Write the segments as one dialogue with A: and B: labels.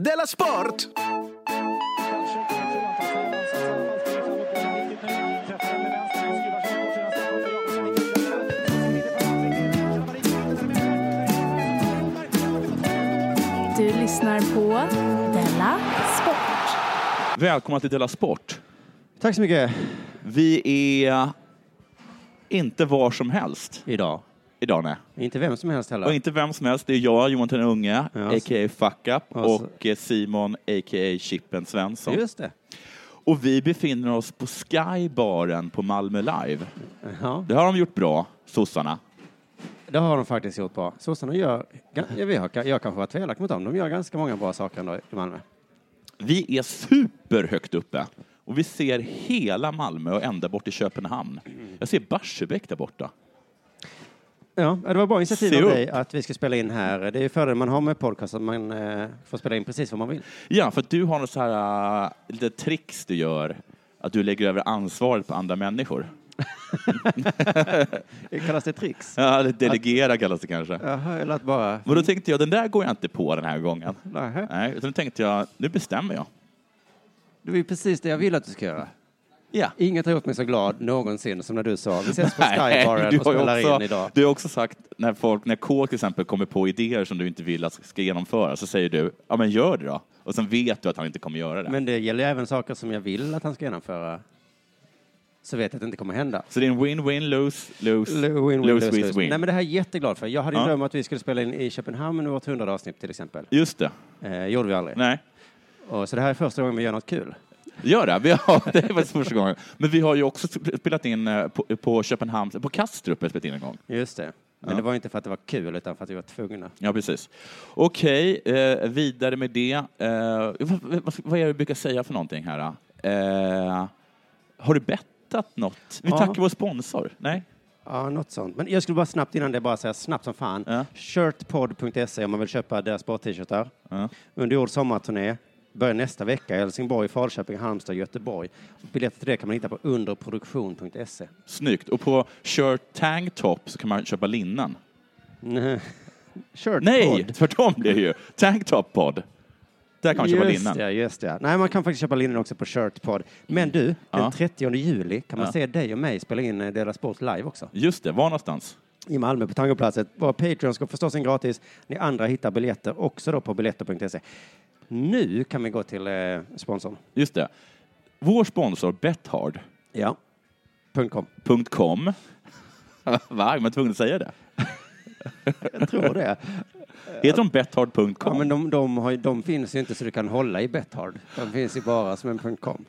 A: Della Sport!
B: Du lyssnar på Della Sport.
C: Välkomna till Della Sport.
D: Tack så mycket.
C: Vi är inte var som helst
D: Idag.
C: idag, nej.
D: Inte vem som helst heller.
C: Och inte vem som helst. Det är jag, Johan den unge,
D: Ja.
C: a.k.a. Fuck Up,
D: Ja, så-
C: och eh, Simon, a.k.a. Chippen Svensson.
D: Just det.
C: Och vi befinner oss på Skybaren på Malmö Live.
D: Ja,
C: Det har de gjort bra, sossarna.
D: det har de faktiskt gjort bra. Sossarna gör, ga- jag vet, jag kanske varit för elak mot dem, de gör ganska många bra saker ändå i Malmö.
C: Vi är superhögt uppe. Och vi ser hela Malmö och ända bort till Köpenhamn. Jag ser Barsebäck där borta.
D: Ja, det var bra initiativ
C: Se
D: av
C: upp.
D: dig att vi ska spela in här. Det är ju fördelen man har med podcast, att man eh, får spela in precis vad man vill.
C: Ja, för att du har något så här äh, lite tricks du gör, att du lägger över ansvaret på andra människor.
D: Det kallas det tricks.
C: Ja, eller delegera kallas det kanske.
D: Jaha, eller att bara...
C: Men då tänkte jag, den där går jag inte på den här gången.
D: Nähä.
C: Nej, utan då tänkte jag, nu bestämmer jag.
D: Det var ju precis det jag ville att du ska göra.
C: Ja.
D: Inget har gjort mig så glad någonsin som när du sa vi ses på
C: Nej,
D: Skybaren
C: du
D: och
C: har ju
D: spelar
C: också-
D: in idag.
C: Du har också sagt, när, folk, när K till exempel kommer på idéer som du inte vill att ska genomföras, så säger du, ja men gör det då. Och sen vet du att han inte kommer göra det.
D: Men det gäller ju även saker som jag vill att han ska genomföra. Så vet jag att det inte kommer hända.
C: Så det är en win-win, lose, lose,
D: L- Win, win, lose, lose.
C: win.
D: Nej, men det här är jag jätteglad för. Jag hade ju
C: Ja.
D: drömt att vi skulle spela in i Köpenhamn med vårt hundrade avsnitt till exempel.
C: Just det.
D: Eh, gjorde vi aldrig.
C: Nej.
D: Och, så det här är första gången vi gör något kul.
C: Gör det? Vi har, det är faktiskt första gången. Men vi har ju också sp- spelat in eh, på, på Köpenhamn, på Kastrup har vi spelat in en gång.
D: Just det. Men det var ju inte för att det var kul utan för att vi var tvungna.
C: Ja, precis. Okej, eh, vidare med det. Eh, vad, vad, vad är det vi brukar säga för någonting här? då? Eh, har du bettat något? Vi
D: Ja.
C: tackar vår sponsor. Nej?
D: Ja, något sånt. Men jag skulle bara snabbt innan det bara säga snabbt som fan.
C: Ja.
D: Shirtpod.se E om man vill köpa deras sport-t-shirtar.
C: Ja.
D: Under jord sommarturné. Börjar nästa vecka i Helsingborg, Falköping, Halmstad, Göteborg. Biljetter till det kan man hitta på underproduktion.se.
C: Snyggt. Och på Shirt Tank Top så kan man köpa linnen.
D: Eh, Shirtpod.
C: Nej, tvärtom blir det ju. Tank Top Pod. Där kan man köpa
D: just
C: linnen.
D: det, just det. Nej, man kan faktiskt köpa linnen också på Shirtpod. Men du,
C: Ja.
D: den 30 juli kan man
C: Ja.
D: se dig och mig spela in eh, Dela Sport live också.
C: Just det, var någonstans?
D: I Malmö på Tangoplatset. Våra Patreon ska förstås in gratis. Ni andra hittar biljetter också då på biljetter.se. Nu kan vi gå till eh, sponsorn.
C: Just det. Vår sponsor Bethard
D: Ja. Punkt .com.
C: .com. Va? Är man tvungen att säga det?
D: Jag tror det.
C: Heter de bethard.com?
D: ja, men de, de, har, ju- de finns ju inte så du kan hålla i Bethard. De finns ju bara som en punkt .com.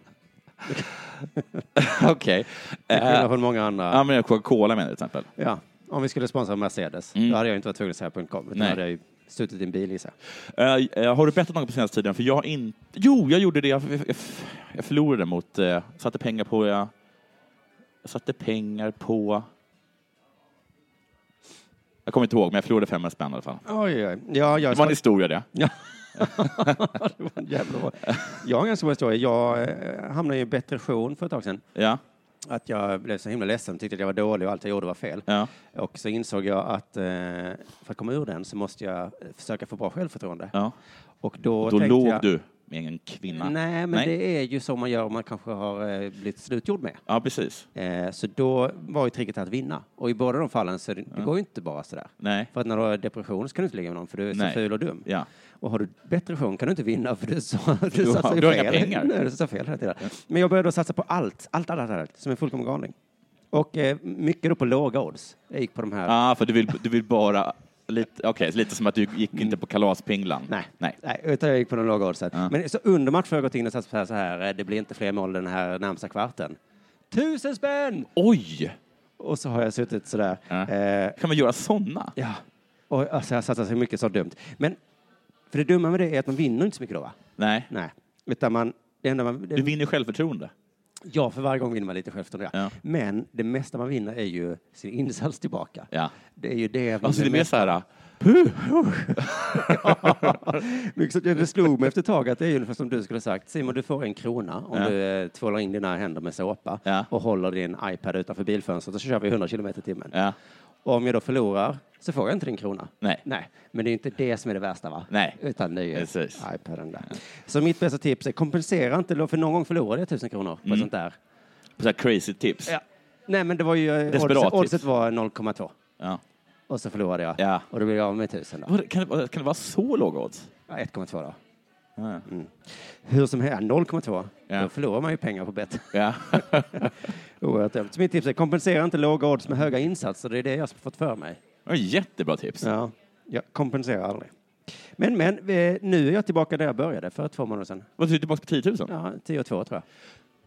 C: Okej.
D: Till skillnad
C: Eh,
D: från många andra.
C: ja, men Coca-Cola menar jag till exempel.
D: Ja, om vi skulle sponsra Mercedes, då hade jag inte varit tvungen att säga .com, utan då
C: Mm. Nej.
D: hade jag ju suttit i en bil gissar
C: Eh, eh, har du bettat något på senaste tiden? För jag har inte... Jo, jag gjorde det. Jag, jag, jag förlorade mot... eh, satte pengar på... Jag, jag satte pengar på... Jag kommer inte ihåg, men jag förlorade 500 spänn i alla fall.
D: jag. Oj, oj. Ja, jag,
C: Det var en historia det.
D: det var en jävla bra. jag har en ganska bra historia. Jag eh, hamnade i en depression för ett tag sedan.
C: Ja,
D: Att jag blev så himla ledsen, tyckte att jag var dålig och allt jag gjorde var fel.
C: ja,
D: Och så insåg jag att eh, för att komma ur den så måste jag eh, försöka få bra självförtroende.
C: ja.
D: Och då
C: Då
D: tänkte
C: låg
D: jag,
C: du med en kvinna.
D: Nej, men det är ju så man gör om man kanske har eh, blivit slutgjord med.
C: Ja, precis.
D: Eh, så då var ju tricket att vinna. Och i båda de fallen så det, det går ju inte bara sådär.
C: Nej.
D: För att när du har depression så kan du inte ligga med någon för du är så
C: Nej.
D: ful och dum.
C: Ja.
D: Och har du depression kan du inte vinna för du, så, du,
C: har-
D: satsar ju
C: du har
D: fel.
C: inga pengar.
D: Nej, du satsar fel hela tiden. Men jag började då satsa på allt, allt, allt, allt, allt som en fullkomlig galning. Och eh, mycket då på låga odds. Jag gick på de här.
C: Ja, ah, för du vill, du vill bara... Lite, okej, lite som att du gick inte på kalaspinglan.
D: Mm. Nej.
C: Nej.
D: utan jag gick på de låga oddsen.
C: Ja.
D: Men så under match har jag gått in och satsat så här, så här, eh, det blir inte fler mål den här närmsta kvarten. Tusen spänn!
C: Oj!
D: Och så har jag suttit så där.
C: Ja.
D: Eh,
C: Kan man göra sådana?
D: Ja, och alltså, jag satsar så mycket så dumt. Men för det dumma med det är att man vinner inte så mycket då, va?
C: Nej.
D: Nej, utan man... Det enda man
C: Du
D: det,
C: vinner självförtroende.
D: ja, för varje gång vinner man lite självförtroende. Ja.
C: Ja.
D: Men det mesta man vinner är ju sin insats tillbaka.
C: Ja.
D: Det är ju det jag
C: Alltså det är mer
D: mest-
C: så här...
D: Mycket så- Det slog mig efter ett tag att det är ungefär som du skulle ha sagt. Simon, du får en krona om
C: Ja.
D: du eh, tvålar in dina händer med såpa
C: Ja.
D: och håller din iPad utanför bilfönstret och så kör vi 100 kilometer i timmen.
C: Ja.
D: Och om jag då förlorar så får jag inte din krona.
C: Nej.
D: Nej. Men det är inte det som är det värsta, va?
C: Nej.
D: Utan det är ju
C: Precis.
D: iPaden där. Så mitt bästa tips är kompensera inte, då, för någon gång förlorade jag tusen kronor på
C: Mm.
D: sånt där.
C: På så här crazy tips.
D: Ja. Nej, men det var ju... eh,
C: Desperat typ.
D: Oddset,
C: tips.
D: oddset var 0,2
C: Ja.
D: och så förlorade jag.
C: Ja.
D: Och då blev jag av med tusen då.
C: Vad- Kan, det, vara- kan det vara så låga odds?
D: Ja, 1,2 då. Mm.
C: Ja.
D: Hur som helst, 0,2.
C: Ja.
D: Då förlorar man ju pengar på bett.
C: Ja.
D: Oerhört dumt. Så mitt tips är kompensera inte låga odds med höga insatser. Det är det jag har fått för mig.
C: Det var Jättebra tips.
D: Ja, jag kompenserar aldrig. Men, men, eh, nu är jag tillbaka där jag började för två månader sedan.
C: Var du tillbaka på 10 000?
D: Ja, 10 och 2 tror jag.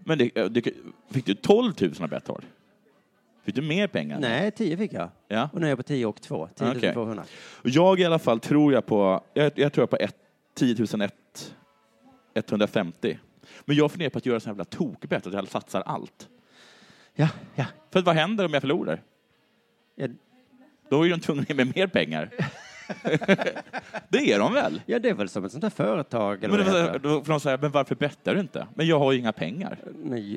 C: Men det, det, fick du 12 000 av Betthard? Fick du mer pengar?
D: Nej, 10 fick jag.
C: Ja.
D: Och nu är jag på 10 och 2. 10
C: Okej.
D: 200.
C: Jag i alla fall tror jag på, jag, jag tror jag på ett, 10 001, 150. Men jag funderar på att göra sån här jävla tokbett, att jag satsar allt.
D: Ja, ja.
C: För att vad händer om jag förlorar?
D: Ja,
C: Då är de tvungna att ge mig mer pengar. det är de väl?
D: ja, det är väl som ett sånt där företag. Eller
C: Men,
D: men, vad det
C: då-
D: heter.
C: då får de säga, men varför bettar du inte? Men jag har ju inga pengar.
D: Men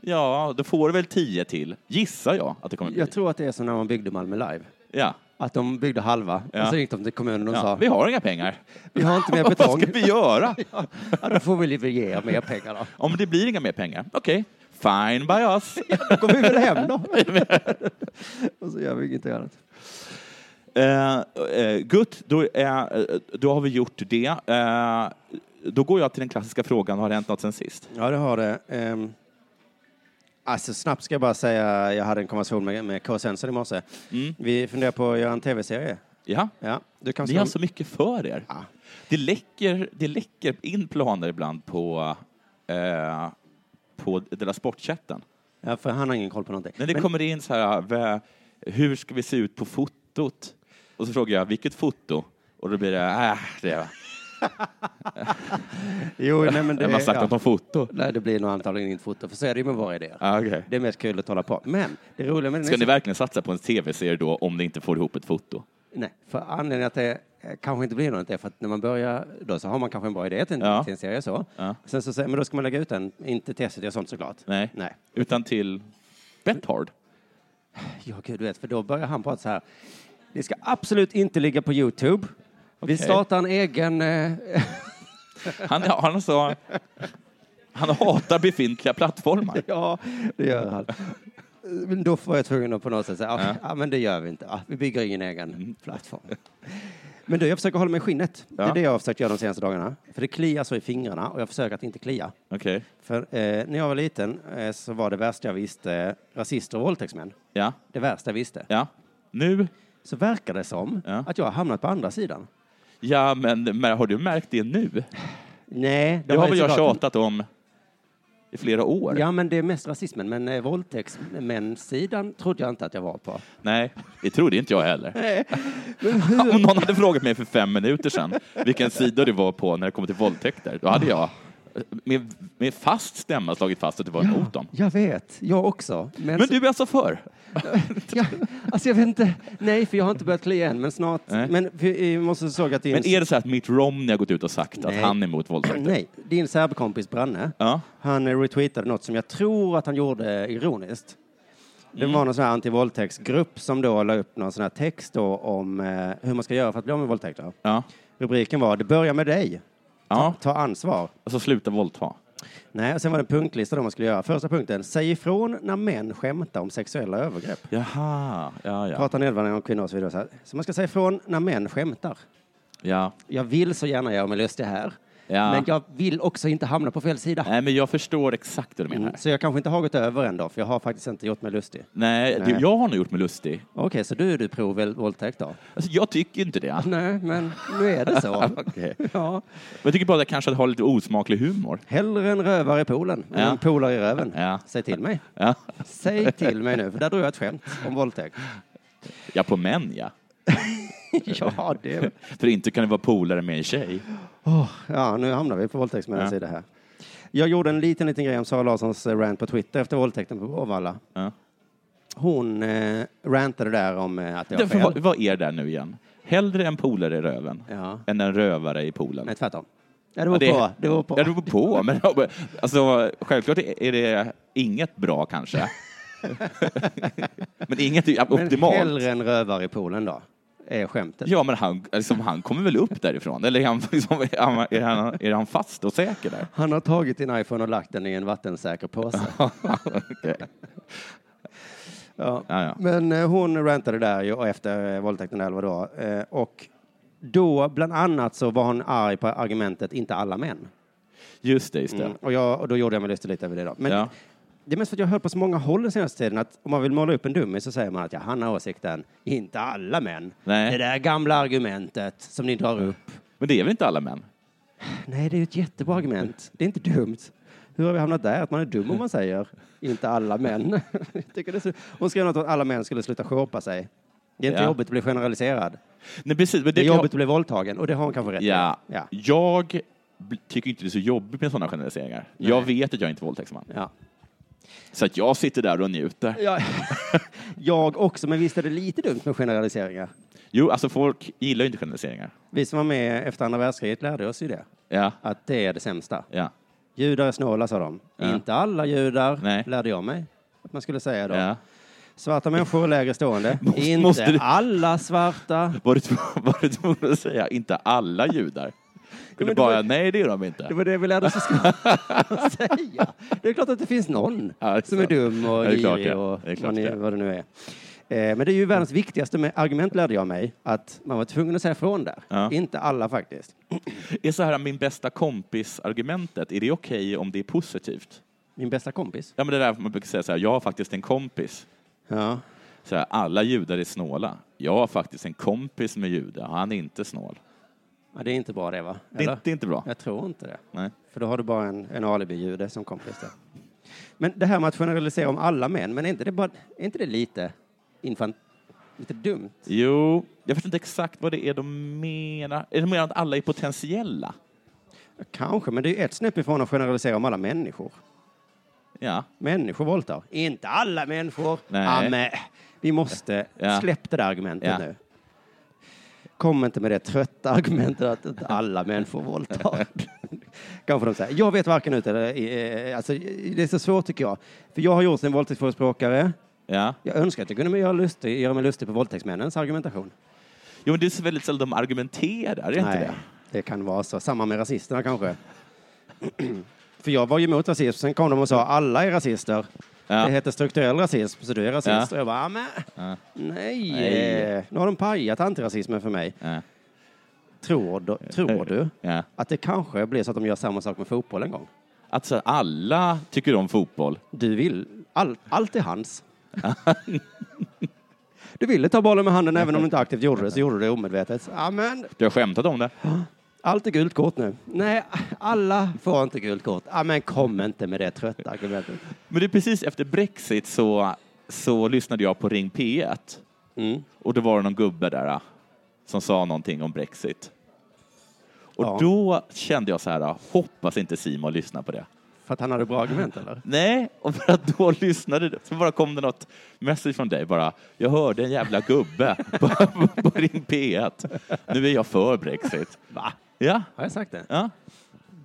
C: Ja, då får du väl 10 till, gissar jag att det kommer bli.
D: jag tror att det är som när man byggde Malmö Live.
C: Ja.
D: Att de byggde halva
C: Ja.
D: och så ringde de till kommunen och
C: Ja,
D: sa
C: vi har inga pengar.
D: vi har inte mer
C: Vad
D: betong.
C: ska vi göra?
D: ja, då får vi väl ge er mer pengar då.
C: Om det blir inga mer pengar, okej, fine by us.
D: Då kommer vi väl hem då. och så gör vi inget annat.
C: Eh, eh, Gutt, då, är- eh, då har vi gjort det. Eh, då går jag till den klassiska frågan, har det hänt något sen sist?
D: Ja, det har det. Ehm, alltså snabbt ska jag bara säga, jag hade en konversation med, med K. Svensson i morse. Vi funderar på att göra en tv-serie.
C: Ja,
D: Ja, du kan
C: ni har så mycket för er.
D: Ja.
C: Det, läcker, det läcker in planer ibland på, eh, på den där sportchatten.
D: ja, för han har ingen koll på någonting.
C: När det
D: Men-
C: kommer in så här, vä- hur ska vi se ut på fotot? Och så frågar jag, vilket foto? Och då blir det, äh, det är,
D: jo, nej, men det,
C: man har sagt
D: ja.
C: något om foto.
D: nej, det blir nog antagligen inget foto, för så är det ju med våra idéer.
C: Ah, okay.
D: Det är mest kul att hålla på. Men det roliga med den
C: Ska
D: är
C: ni
D: så-
C: verkligen satsa på en tv-serie då om ni inte får ihop ett foto?
D: Nej, för anledningen att det eh, kanske inte blir något är för att när man börjar då så har man kanske en bra idé till en,
C: Ja.
D: till en serie så.
C: Ja.
D: Sen så säger men då ska man lägga ut den, inte till SVT och sånt såklart.
C: Nej.
D: Nej.
C: Utan till Bethard?
D: Ja, gud du vet, för då börjar han prata så här. Det ska absolut inte ligga på Youtube. Vi startar en egen... Eh,
C: Han, han, sa, han hatar befintliga plattformar.
D: ja, det gör han. Men då var jag tvungen att på något sätt säga, ja. ja men det gör vi inte. Ja, vi bygger ingen egen plattform. Men du, jag försöker hålla mig i skinnet. Det
C: Mm. Ja.
D: är det jag har försökt göra de senaste dagarna. För det kliar så i fingrarna och jag försöker att inte klia.
C: Okej.
D: För eh, när jag var liten eh, så var det värsta jag visste rasister och våldtäktsmän.
C: Ja.
D: Det värsta jag visste.
C: ja. Nu?
D: Så verkar det som
C: Ja.
D: att jag har hamnat på andra sidan.
C: Ja, men men har du märkt det nu?
D: Nej,
C: Det har väl jag
D: såklart-
C: tjatat om i flera år?
D: Ja, men det är mest rasismen. Men eh, våldtäktsmän-sidan trodde jag inte att jag var på.
C: Nej, det trodde inte jag heller. Om någon hade frågat mig för fem minuter sedan vilken sida det var på när det kom till våldtäkter, då hade jag med, med fast stämma slagit fast att det var emot dem.
D: Jag vet, jag också. Men,
C: Men du är alltså för?
D: ja, alltså jag vet inte. Nej, för jag har inte börjat klia än, men snart.
C: Nej.
D: Men vi vi måste såg att din...
C: Men är det så här att Mitt Romney har gått ut och sagt
D: Nej.
C: att han är emot våldtäkter?
D: Nej, din serbkompis Branne,
C: Ja.
D: han eh, retweetade något som jag tror att han gjorde ironiskt. Det
C: Mm.
D: var någon sån här antivåldtäktsgrupp som då la upp någon sån här text då om eh, hur man ska göra för att bli av med våldtäkter.
C: Ja.
D: Rubriken var Det börjar med dig,
C: ja.
D: ta ansvar.
C: Alltså sluta våldta.
D: Nej, och sen var det en punktlista då man skulle göra. Första punkten, säg ifrån när män skämtar om sexuella övergrepp.
C: Jaha, ja, ja.
D: Pratar nedvärderande om kvinnor och så vidare. Så, här. så man ska säga ifrån när män skämtar.
C: ja.
D: Jag vill så gärna göra mig lustig här,
C: Ja.
D: men jag vill också inte hamna på fel sida.
C: Nej, men jag förstår exakt vad du menar.
D: Mm, Så jag kanske inte har gått över än då, för jag har faktiskt inte gjort mig lustig.
C: Nej,
D: Nej.
C: Du, jag har nog gjort mig lustig.
D: Okej, så du är du provvåldtäkt då?
C: Alltså, jag tycker inte det.
D: Nej, men nu är det så.
C: Okej.
D: ja.
C: Men jag tycker bara att jag kanske har lite osmaklig humor.
D: Hellre en rövare i poolen än
C: Ja.
D: en polare i röven.
C: Ja.
D: Säg till mig.
C: Ja,
D: Säg till mig nu, för där drog jag ett skämt om våldtäkt.
C: ja på män ja.
D: ja, det...
C: För inte kan det vara polare med en tjej.
D: Åh, ja, nu hamnar vi på våldtäktsmännens
C: Ja.
D: sida här. Jag gjorde en liten, liten grej om Sara Larssons eh, rant på Twitter efter våldtäkten på Bråvalla.
C: Ja.
D: Hon eh, rantade där om eh, att det var
C: Därför, vad,
D: fel.
C: vad är det där nu igen? Hellre en polare i röven
D: Ja.
C: än en rövare i poolen.
D: Nej, tvärtom. Ja, det var
C: Ja,
D: på. Det var på.
C: Ja, det beror på. Men alltså, självklart är det inget bra kanske. Men inget är
D: Men
C: optimalt.
D: hellre en rövare i poolen då, är skämtet.
C: Ja, men han, liksom, han kommer väl upp därifrån? Eller är han, liksom, är han, är han, är han fast och säker där?
D: Han har tagit din iPhone och lagt den i en vattensäker påse.
C: Okej.
D: Ja.
C: Ja, ja.
D: Men eh, hon rantade där ju och efter eh, våldtäkten eller vad det var. Eh, och då, bland annat, så var hon arg på argumentet inte alla män.
C: Mm. Just det, just det.
D: Mm. Och, jag, och då gjorde jag mig lustig lite över det då. Men
C: Ja.
D: det är mest för att jag har hört på så många håll den senaste tiden att om man vill måla upp en dummy så säger man att ja, han har åsikten, inte alla män.
C: Nej.
D: Det där gamla argumentet som ni drar upp.
C: Men det är väl inte alla män?
D: Nej, det är ju ett jättebra argument. Det är inte dumt. Hur har vi hamnat där? Att man är dum om man säger inte alla män. Jag tycker det är så... Hon skrev något om att alla män skulle sluta shoppa sig. Det är inte
C: Ja.
D: jobbigt att bli generaliserad.
C: Nej, precis. Men
D: Det är
C: kan-
D: jobbigt att bli våldtagen och det har hon kanske rätt i.
C: Ja.
D: ja.
C: Jag bl- tycker inte det är så jobbigt med sådana generaliseringar. Jag vet att jag inte är våldtäktsman.
D: ja.
C: Så att jag sitter där och njuter.
D: ja. Jag också, men visst är det lite dumt med generaliseringar?
C: Jo, alltså folk gillar ju inte generaliseringar.
D: Vi som var med efter andra världskriget lärde oss ju det.
C: Ja,
D: Att det är det sämsta.
C: ja,
D: Judar är snåla, sa de.
C: Ja.
D: Inte alla judar,
C: Nej.
D: lärde jag mig att man skulle säga då.
C: ja.
D: Svarta människor är lägre stående.
C: Måste-
D: inte
C: måste du-
D: alla svarta.
C: Var du, tv- var du tvungen att säga inte alla judar? Kunde
D: det
C: bara,
D: var-
C: nej det är de inte.
D: Det var det vi lärde oss i skolan att säga. Det är klart att det finns någon
C: Ja, det är
D: som är
C: klart.
D: dum
C: Ja,
D: och
C: det är klart
D: girig
C: det.
D: och
C: Det är klart
D: vad, ni,
C: det.
D: vad det nu är. Eh, Men det är ju världens viktigaste med argument lärde jag mig, att man var tvungen att säga från där.
C: Ja.
D: Inte alla faktiskt.
C: Är så här min bästa kompis-argumentet, är det okej om det är positivt?
D: Min bästa kompis.
C: Ja, men det där man brukar säga så här, jag har faktiskt en kompis.
D: Ja.
C: Så här, alla judar är snåla. Jag har faktiskt en kompis med jude, han är inte snål.
D: ja, det är inte bra det va?
C: Det är, det är inte bra.
D: Jag tror inte det.
C: Nej.
D: För då har du bara en, en alibi-jude som kompis där. Men det här med att generalisera om alla män, men är inte det, bara, är inte det lite infant... Lite dumt?
C: Jo, jag förstår inte exakt vad det är de menar. Är de menar att alla är potentiella?
D: Kanske, men det är ju ett snäpp ifrån att generalisera om alla människor.
C: Ja.
D: Människor våldtar. Inte alla människor.
C: Nej.
D: Ja, men vi måste
C: Ja.
D: släpp det där argumentet
C: Ja.
D: nu. Kom inte med det trötta argumentet att inte alla människor våldtar. Kanske de säger. Jag vet varken ut eller... eh, Alltså, det är så svårt tycker jag. För jag har gjort en våldtäktsförespråkare.
C: ja.
D: Jag önskar att jag kunde göra, lustig, göra mig lustig på våldtäktsmännens argumentation.
C: Jo, men det är så väldigt sällan de argumenterar, är det inte det?
D: det kan vara så. Samma med rasisterna kanske. För jag var ju emot rasism, sen kom de och sa alla är rasister.
C: Ja.
D: Det heter strukturell rasism, så du är rasist.
C: Ja.
D: Och jag bara, "Ah, men, nej,
C: Nej.
D: eh, nu har de pajat antirasismen för mig.
C: Ja.
D: Tror du, tror du
C: Ja.
D: att det kanske blir så att de gör samma sak med fotboll en gång?
C: Att så här, alla tycker om fotboll.
D: Du vill, all, allt är hans. du ville ta bollen med handen även om du inte aktivt gjorde det, så gjorde du det omedvetet. Ja, men
C: Du har skämtat om det.
D: Allt är gult kort nu. Nej, alla får inte gult kort. Ja, men kom inte med det trötta argumentet.
C: Men det är precis efter Brexit så, så lyssnade jag på Ring P1
D: Mm.
C: och då var det någon gubbe där ah, som sa någonting om Brexit. Och
D: Ja.
C: då kände jag så här, ah, hoppas inte Simon lyssnar på det.
D: För att han hade bra argument, eller?
C: Nej, och för att då lyssnade du, så bara kom det något message från dig bara. Jag hörde en jävla gubbe på, på din P1. Nu är jag för Brexit. Va? Ja,
D: Har jag sagt det?
C: ja.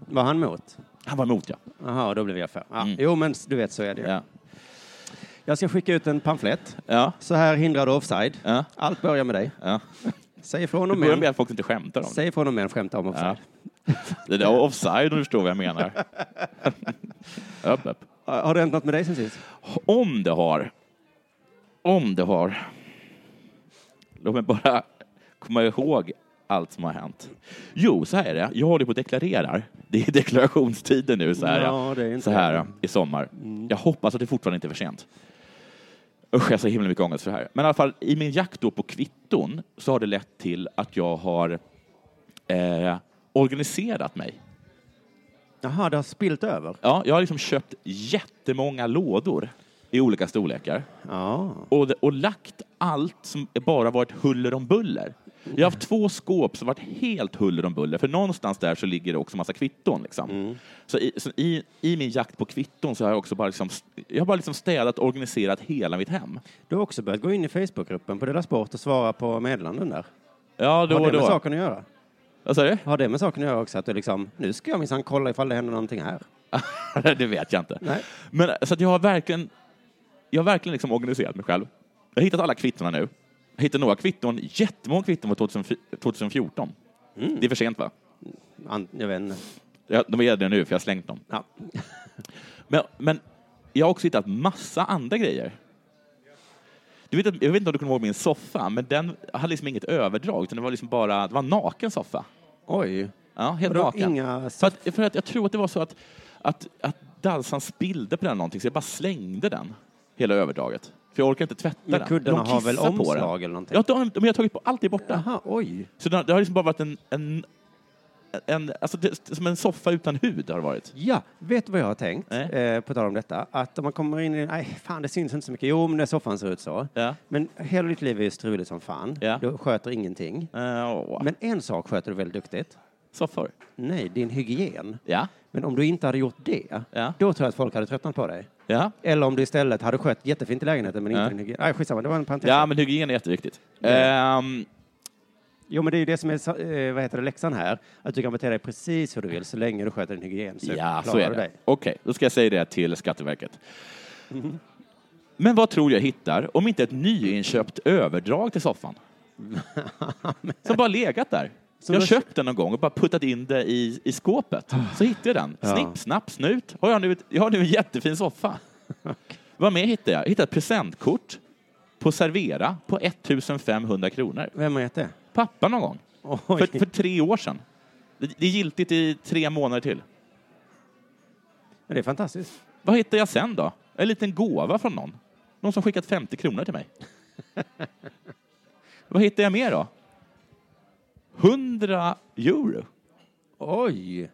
D: Var han mot?
C: Han var emot ja.
D: Jaha, då blev jag för. Ja. Jo, men du vet, så är det ju.
C: Mm. Ja,
D: Jag ska skicka ut en pamflett.
C: ja.
D: Så här hindrar du offside.
C: ja.
D: Allt börjar med dig.
C: ja.
D: Säg ifrån
C: Det
D: om
C: börjar med
D: män.
C: att folk inte skämtar om det.
D: Säg ifrån om män skämtar om offside.
C: Ja. Det där var offside om du förstår vad jag menar. Upp, upp.
D: Har har det hänt något med dig sen sist?
C: Om det har. Om det har. Låt mig bara komma ihåg allt som har hänt. Jo, så här är det. Jag håller på och deklarerar. Det är deklarationstiden nu så här,
D: Ja, det är inte Mm.
C: så här i sommar. Jag hoppas att det fortfarande inte är för sent. Usch, jag har så himla mycket ångest för det här. Men i alla fall, i min jakt då på kvitton så har det lett till att jag har eh, organiserat mig.
D: Jaha, det har spilt över.
C: Ja, jag har liksom köpt jättemånga lådor i olika storlekar
D: Ja.
C: och, och lagt allt som bara varit huller om buller. Jag har haft två skåp som varit helt huller om buller, för någonstans där så ligger det också massa kvitton. Liksom. Så, i, så i, i min jakt på kvitton så har jag också bara, liksom, jag har bara liksom städat och organiserat hela mitt hem.
D: Du har också börjat gå in i Facebookgruppen på Dela Sport och svara på meddelanden där.
C: Ja, då
D: Har
C: och
D: det med
C: då.
D: saken att göra?
C: Vad sa du?
D: Har det med saken att göra också? Att du liksom, nu ska jag minsann kolla ifall det händer någonting här.
C: det vet jag inte.
D: Nej.
C: Men, så att jag har verkligen jag har verkligen liksom organiserat mig själv. Jag har hittat alla kvittorna nu. Jag hittade några kvitton, jättemånga kvitton på 2004 2014. Det är för sent, va?
D: An- Jag vet inte.
C: Ja, De är det nu, för jag har slängt dem.
D: Ja.
C: Men, men jag har också hittat massa andra grejer. Du vet, att- jag vet inte om du kommer ihåg min soffa, men den hade liksom inget överdrag, utan det var liksom bara, det var en naken soffa.
D: Oj.
C: Ja, helt
D: Vadå,
C: naken.
D: inga
C: för, att, för att jag tror att det var så att, att, att Dalsan spillde på den någonting, så jag bara slängde den, hela överdraget. För jag orkar inte tvätta
D: Men
C: den.
D: kuddarna
C: De
D: har väl
C: kissar på
D: omslag
C: den.
D: eller någonting?
C: Ja, de, men jag har tagit på allt det är borta.
D: Jaha, oj.
C: Så det har, det har liksom bara varit en, en, en alltså det, som en soffa utan hud har det varit.
D: Ja, vet du vad jag har tänkt,
C: Nej.
D: eh, på tal om detta? Att om man kommer in i, nej fan det syns inte så mycket, jo men när soffan ser ut så.
C: Ja.
D: Men hela ditt liv är ju struligt som fan,
C: Ja.
D: du sköter ingenting.
C: Eh, åh.
D: Men en sak sköter du väldigt duktigt.
C: Soffor.
D: Nej, din hygien.
C: Ja.
D: Men om du inte hade gjort det,
C: Ja.
D: då tror jag att folk hade tröttnat på dig.
C: Ja.
D: Eller om du istället hade skött jättefint i lägenheten men inte
C: Ja.
D: din hygien. Nej, skitsamma, det var en parentes.
C: ja, men hygien är jätteviktigt. Ehm,
D: Jo, men det är ju det som är sa- eh, vad heter det, läxan här. Att du kan bete dig precis hur du vill så länge du sköter din hygien. Så
C: ja, så
D: Typ. klarar
C: är
D: du
C: det.
D: dig.
C: Okej, då ska jag säga det till Skatteverket. Men vad tror jag hittar om inte ett nyinköpt överdrag till soffan? Som bara legat där.
D: Som
C: jag har
D: du har
C: köpt den någon gång och bara puttat in det i, i skåpet. Så hittade jag den.
D: Ja.
C: Snipp, snapp, snut. Har jag, nu ett, jag har nu en jättefin soffa. Vad mer hittade jag? Jag hittade ett presentkort på Servera på 1500 kronor.
D: Vem har gett det?
C: Pappa någon gång.
D: Oj.
C: För, för tre år sedan. Det, det är giltigt i tre månader till.
D: Men det är fantastiskt.
C: Vad hittar jag sen då? En liten gåva från någon. Någon som skickat 50 kronor till mig. Vad hittar jag mer då? 100 euro.
D: Oj!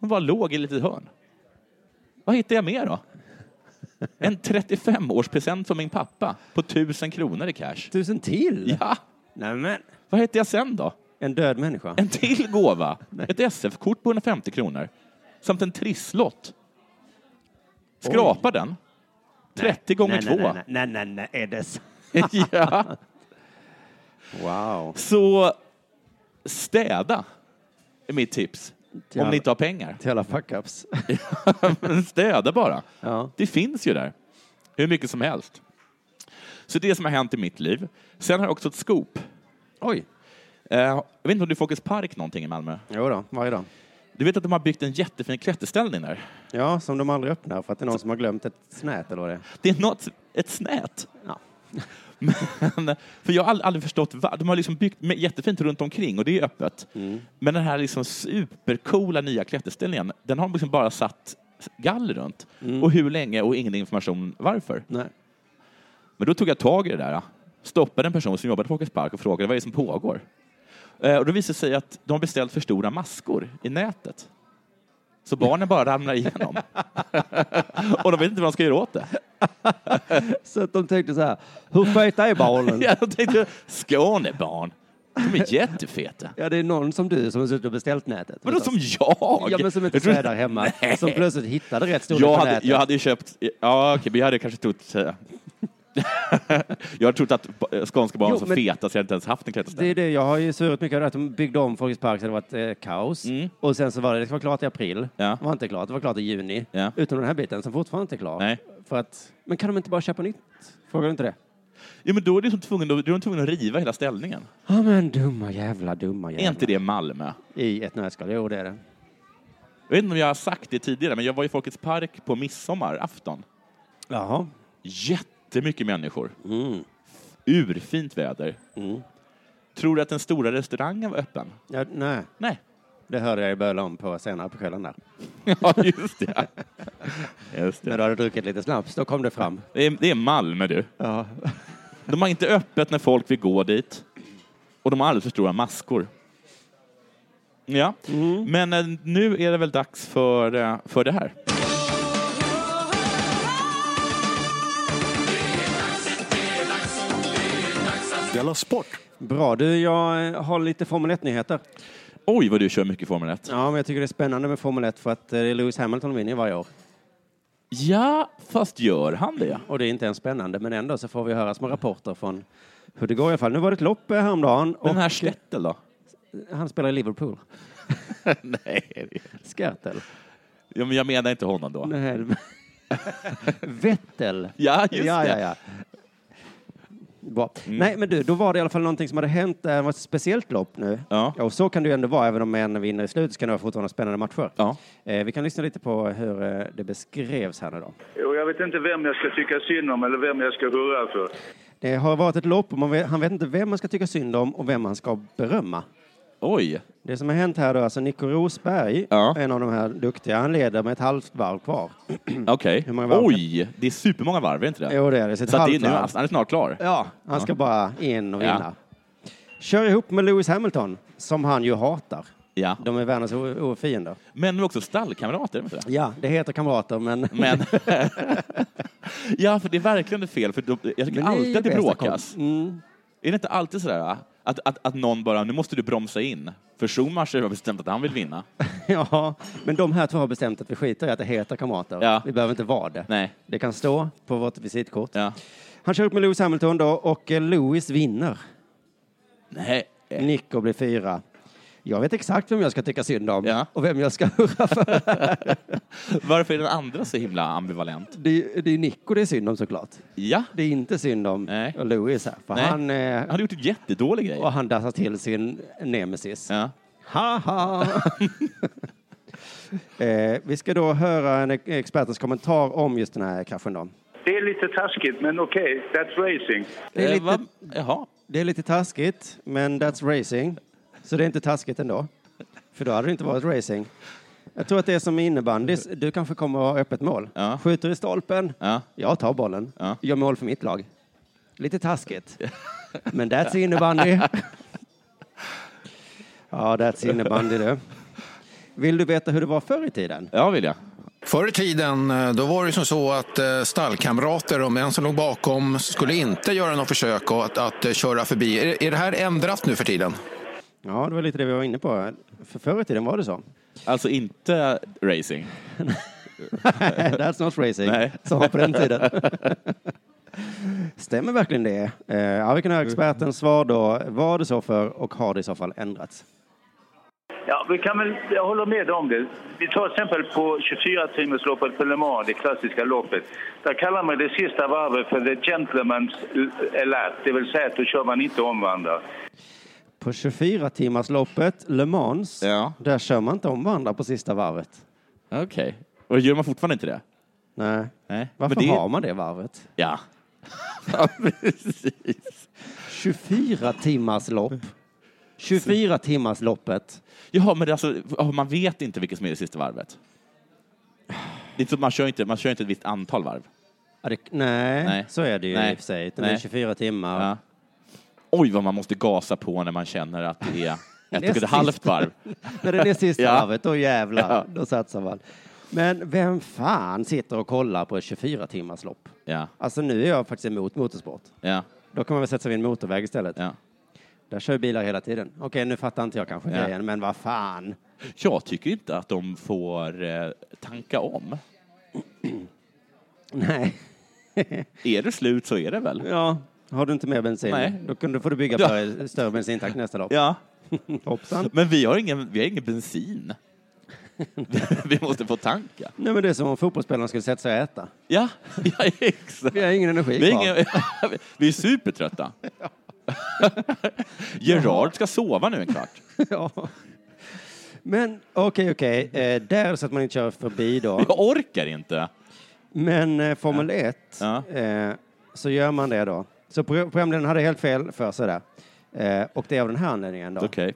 C: Hon bara låg i ett litet hörn. Vad hittar jag mer då? En 35-årspresent från min pappa på 1000 kronor i cash.
D: Tusen till!
C: Ja,
D: Nämen!
C: vad hittar jag sen då?
D: En död människa.
C: En till gåva. Ett SF-kort på 150 kronor. Samt en trisslott. Skrapa den. 30 gånger två.
D: nej, Nej, nej, nej, nej, nej, är det så?
C: ja.
D: Wow.
C: Så städa är mitt tips.
D: Ja.
C: Om ni inte har pengar.
D: Till alla fuck-ups.
C: Men städa bara.
D: Ja.
C: Det finns ju där. Hur mycket som helst. Så det är det som har hänt i mitt liv. Sen har jag också ett scoop.
D: Oj!
C: Eh, Jag vet inte om du är i Folkets park någonting i Malmö?
D: Jo då, varje dag.
C: Du vet att de har byggt en jättefin klätterställning där?
D: Ja, som de aldrig öppnar för att det är någon som har glömt ett snät eller vad det är.
C: Det är något, ett snät.
D: Ja.
C: Men, för jag har aldrig, aldrig förstått vad. De har liksom byggt med- jättefint runt omkring och det är öppet. Men den här liksom supercoola nya klätterställningen, den har de liksom bara satt galler runt. Och hur länge och ingen information varför.
D: Nej.
C: Men då tog jag tag i det där. Stoppade en person som jobbade på Folkets Park och frågade vad är det som pågår. Eh, Och då visade det sig att de har beställt för stora maskor i nätet. Så barnen bara ramlar igenom. och de vet inte vad de ska göra åt det.
D: Så att de tänkte så här, hur feta är barnen?
C: Ja, jag tänkte, Skånebarn, de är jättefeta.
D: ja, det är någon som du som har suttit och beställt nätet.
C: Vadå som jag?
D: Ja, men som inte
C: jag, tror-
D: städar hemma.
C: Nej.
D: Som plötsligt hittade rätt storlek
C: jag,
D: på
C: hade,
D: nätet.
C: jag hade ju köpt, ja okej, men jag hade kanske trott eh, jag hade trott att ba- eh, skånska barn
D: Jo,
C: var så
D: men-
C: feta så jag hade inte ens haft en
D: Det
C: klätterställning.
D: är det, jag har ju surat mycket över att de byggde om Folkets Park så det varit eh, kaos. Och sen så var det, det ska vara klart i april.
C: Ja.
D: Det var inte klart, det var klart i juni.
C: Ja.
D: Utom den här biten som fortfarande inte är klar.
C: Nej.
D: För att, men kan de inte bara köpa nytt? Frågar du inte det?
C: Ja, men då är, det som tvungen, då är de tvungna att riva hela ställningen.
D: Ja men dumma jävla, dumma
C: Är
D: jävla.
C: inte det Malmö?
D: I ett nötskal, jo det är det.
C: Jag vet inte om jag har sagt det tidigare, men jag var i Folkets park på midsommarafton.
D: Jaha.
C: Jättemycket människor.
D: Mm.
C: Urfint väder. Tror du att den stora restaurangen var öppen?
D: Ja, nej,
C: Nej.
D: det hörde jag ju böla om på senare på kvällen där.
C: Ja, just det. Just
D: När
C: det.
D: du hade druckit lite snaps, då kom det fram.
C: Det, är, det är Malmö, du.
D: Ja.
C: De har inte öppet när folk vill gå dit. Och de har alldeles för stora maskor. Ja,
D: Mm.
C: men eh, nu är det väl dags för, eh, för det här.
A: Della Sport!
D: Bra, du jag eh, har lite Formel 1-nyheter.
C: Oj, vad du kör mycket Formel 1.
D: Ja, men jag tycker det är spännande med Formel 1 för att eh, Lewis Hamilton vinner varje år.
C: Ja, fast gör han det?
D: Och det är inte ens spännande, men ändå så får vi höra små rapporter från hur det går i alla fall. Nu var det ett lopp eh, häromdagen och
C: Den här Stettel då?
D: han spelar i Liverpool.
C: Nej.
D: Skertel.
C: Ja, men jag menar inte honom då.
D: Nej, Vettel.
C: Ja, just
D: ja,
C: det. Mm.
D: ja, ja. Bra. Nej, men du, då var det i alla fall någonting som hade hänt. Det var ett speciellt lopp nu.
C: Ja.
D: och så kan det ju ändå vara, även om en vinner i slutet så kan det vara fortfarande spännande matcher.
C: Ja.
D: Eh, vi kan lyssna lite på hur eh, det beskrevs här nu då.
E: Jo, jag vet inte vem jag ska tycka synd om eller vem jag ska hurra för.
D: Det har varit ett lopp och man vet, han vet inte vem man ska tycka synd om och vem man ska berömma.
C: Oj.
D: Det som har hänt här då, alltså Nico Rosberg,
C: Ja.
D: en av de här duktiga, han leder med ett halvt varv kvar.
C: Okej.
D: Mm. Hur många varv?
C: Oj, det är supermånga varv, är inte det?
D: Jo, det är det. Så ett
C: Så att det är
D: halvt
C: nu,
D: varv.
C: han är snart klar.
D: Ja, han ska bara in och
C: Ja.
D: vinna. Kör ihop med Lewis Hamilton, som han ju hatar.
C: Ja.
D: De är världens o- ofiender.
C: Men nu också stallkamrater, är det inte det?
D: Ja, det heter kamrater, men...
C: Men... ja, för det är verkligen fel, för de, jag tycker
D: Men ni är
C: alltid
D: ju
C: att det
D: bästa
C: bråkas.
D: kom- Mm.
C: Är det inte alltid sådär att, att, att någon bara, nu måste du bromsa in, för Schumacher har bestämt att han vill vinna.
D: Ja, men de här två har bestämt att vi skiter i att det heter kamrater.
C: Ja.
D: Vi behöver inte vara det.
C: Nej.
D: Det kan stå på vårt visitkort.
C: Ja.
D: Han kör upp med Lewis Hamilton då och eh, Lewis vinner.
C: Nej.
D: Nico blir fyra. Jag vet exakt vem jag ska tycka synd om
C: Ja.
D: och vem jag ska hurra för.
C: Varför är den andra så himla ambivalent?
D: Det är, det är Nico det är synd om såklart.
C: Ja.
D: Det är inte synd om
C: Nej.
D: Lewis här, för
C: Nej.
D: han, eh,
C: Han hade gjort en jättedålig grej.
D: och han dansar till sin nemesis.
C: Ja.
D: Haha! eh, vi ska då höra en ex- expertens kommentar om just den här kraschen då.
E: Det är lite taskigt, men okej, that's racing.
D: Det är
C: Eh,
D: lite-
C: va? Jaha.
D: Det är lite taskigt, men that's racing. Så det är inte taskigt ändå. För då hade det inte varit racing. Jag tror att det är som i innebandy. Du kanske kommer att ha öppet mål.
C: Ja.
D: Skjuter i stolpen.
C: Ja.
D: Jag tar bollen.
C: Ja.
D: Gör mål för mitt lag. Lite taskigt. Men that's innebandy. ja, that's innebandy du. Vill du veta hur det var förr i tiden?
C: Ja, vill jag.
F: Förr i tiden eh, då var det som så att eh, stallkamrater och män som låg bakom skulle inte göra något försök att, att, eh, köra förbi. Är, är det här ändrat nu för tiden?
D: Ja, det var lite det vi var inne på. För förr i tiden var det så.
C: Alltså inte racing.
D: That's not racing,
C: Nej.
D: som var på den tiden. Stämmer verkligen det? Eh, ja, vi kan höra expertens svar då. Var det så för och har det i så fall ändrats?
E: Ja, vi kan väl, jag håller med om det. Vi tar till exempel på 24-timmersloppet på Le Mans, det klassiska loppet. Där kallar man det sista varvet för the gentleman's l- lap, det vill säga att då kör man inte omvandrar.
D: På 24-timmarsloppet, Le Mans,
C: Ja.
D: där kör man inte om varandra på sista varvet.
C: Okej. Och gör man fortfarande inte det?
D: Nej.
C: Nej.
D: Varför
C: Men det...
D: har man det varvet?
C: Ja. ja, precis.
D: 24-timmarslopp. 24-timmarsloppet.
C: Jaha, men det är alltså, ja, man vet inte vilket som är det sista varvet. Det är så att man, kör inte, man kör inte ett visst antal varv.
D: Ja, det, nej,
C: Nej.
D: så är det ju
C: Nej.
D: i och för sig. Utan
C: Nej.
D: Det är 24 timmar.
C: Ja. Oj, vad man måste gasa på när man känner att det är ett och
D: Näst
C: ett halvt varv.
D: När det är det sista
C: Ja.
D: varvet, då jävlar,
C: Ja.
D: då satsar man. Men vem fan sitter och kollar på ett 24 timmars lopp?
C: Ja,
D: Alltså nu är jag faktiskt emot motorsport.
C: ja,
D: Då kan man väl sätta sig vid en motorväg istället.
C: ja.
D: Där kör ju bilar hela tiden. Okej, nu fattar inte jag kanske
C: Ja.
D: grejen, men vad fan.
C: Jag tycker inte att de får eh, tanka om.
D: Nej.
C: Är det slut så är det väl?
D: Ja, har du inte mer bensin,
C: Nej.
D: då kan du, får du bygga
C: Ja.
D: för större bensintank nästa lopp.
C: Ja.
D: Hoppsan.
C: Men vi har ingen, vi har ingen bensin. vi måste få tanka.
D: Nej, men det är som om fotbollsspelarna skulle sätta sig och äta.
C: Ja, ja exakt.
D: Vi har ingen energi
C: Vi är,
D: kvar.
C: ingen, vi är supertrötta. Gerard ska sova nu en kvart.
D: Ja. Men okej, okej. Eh, där så att man inte kör förbi då.
C: Jag orkar inte.
D: Men eh, Formel 1,
C: Ja.
D: eh, så gör man det då. Så pro- programledaren hade helt fel för sig där. Eh, och det är av den här anledningen då.
C: Okej.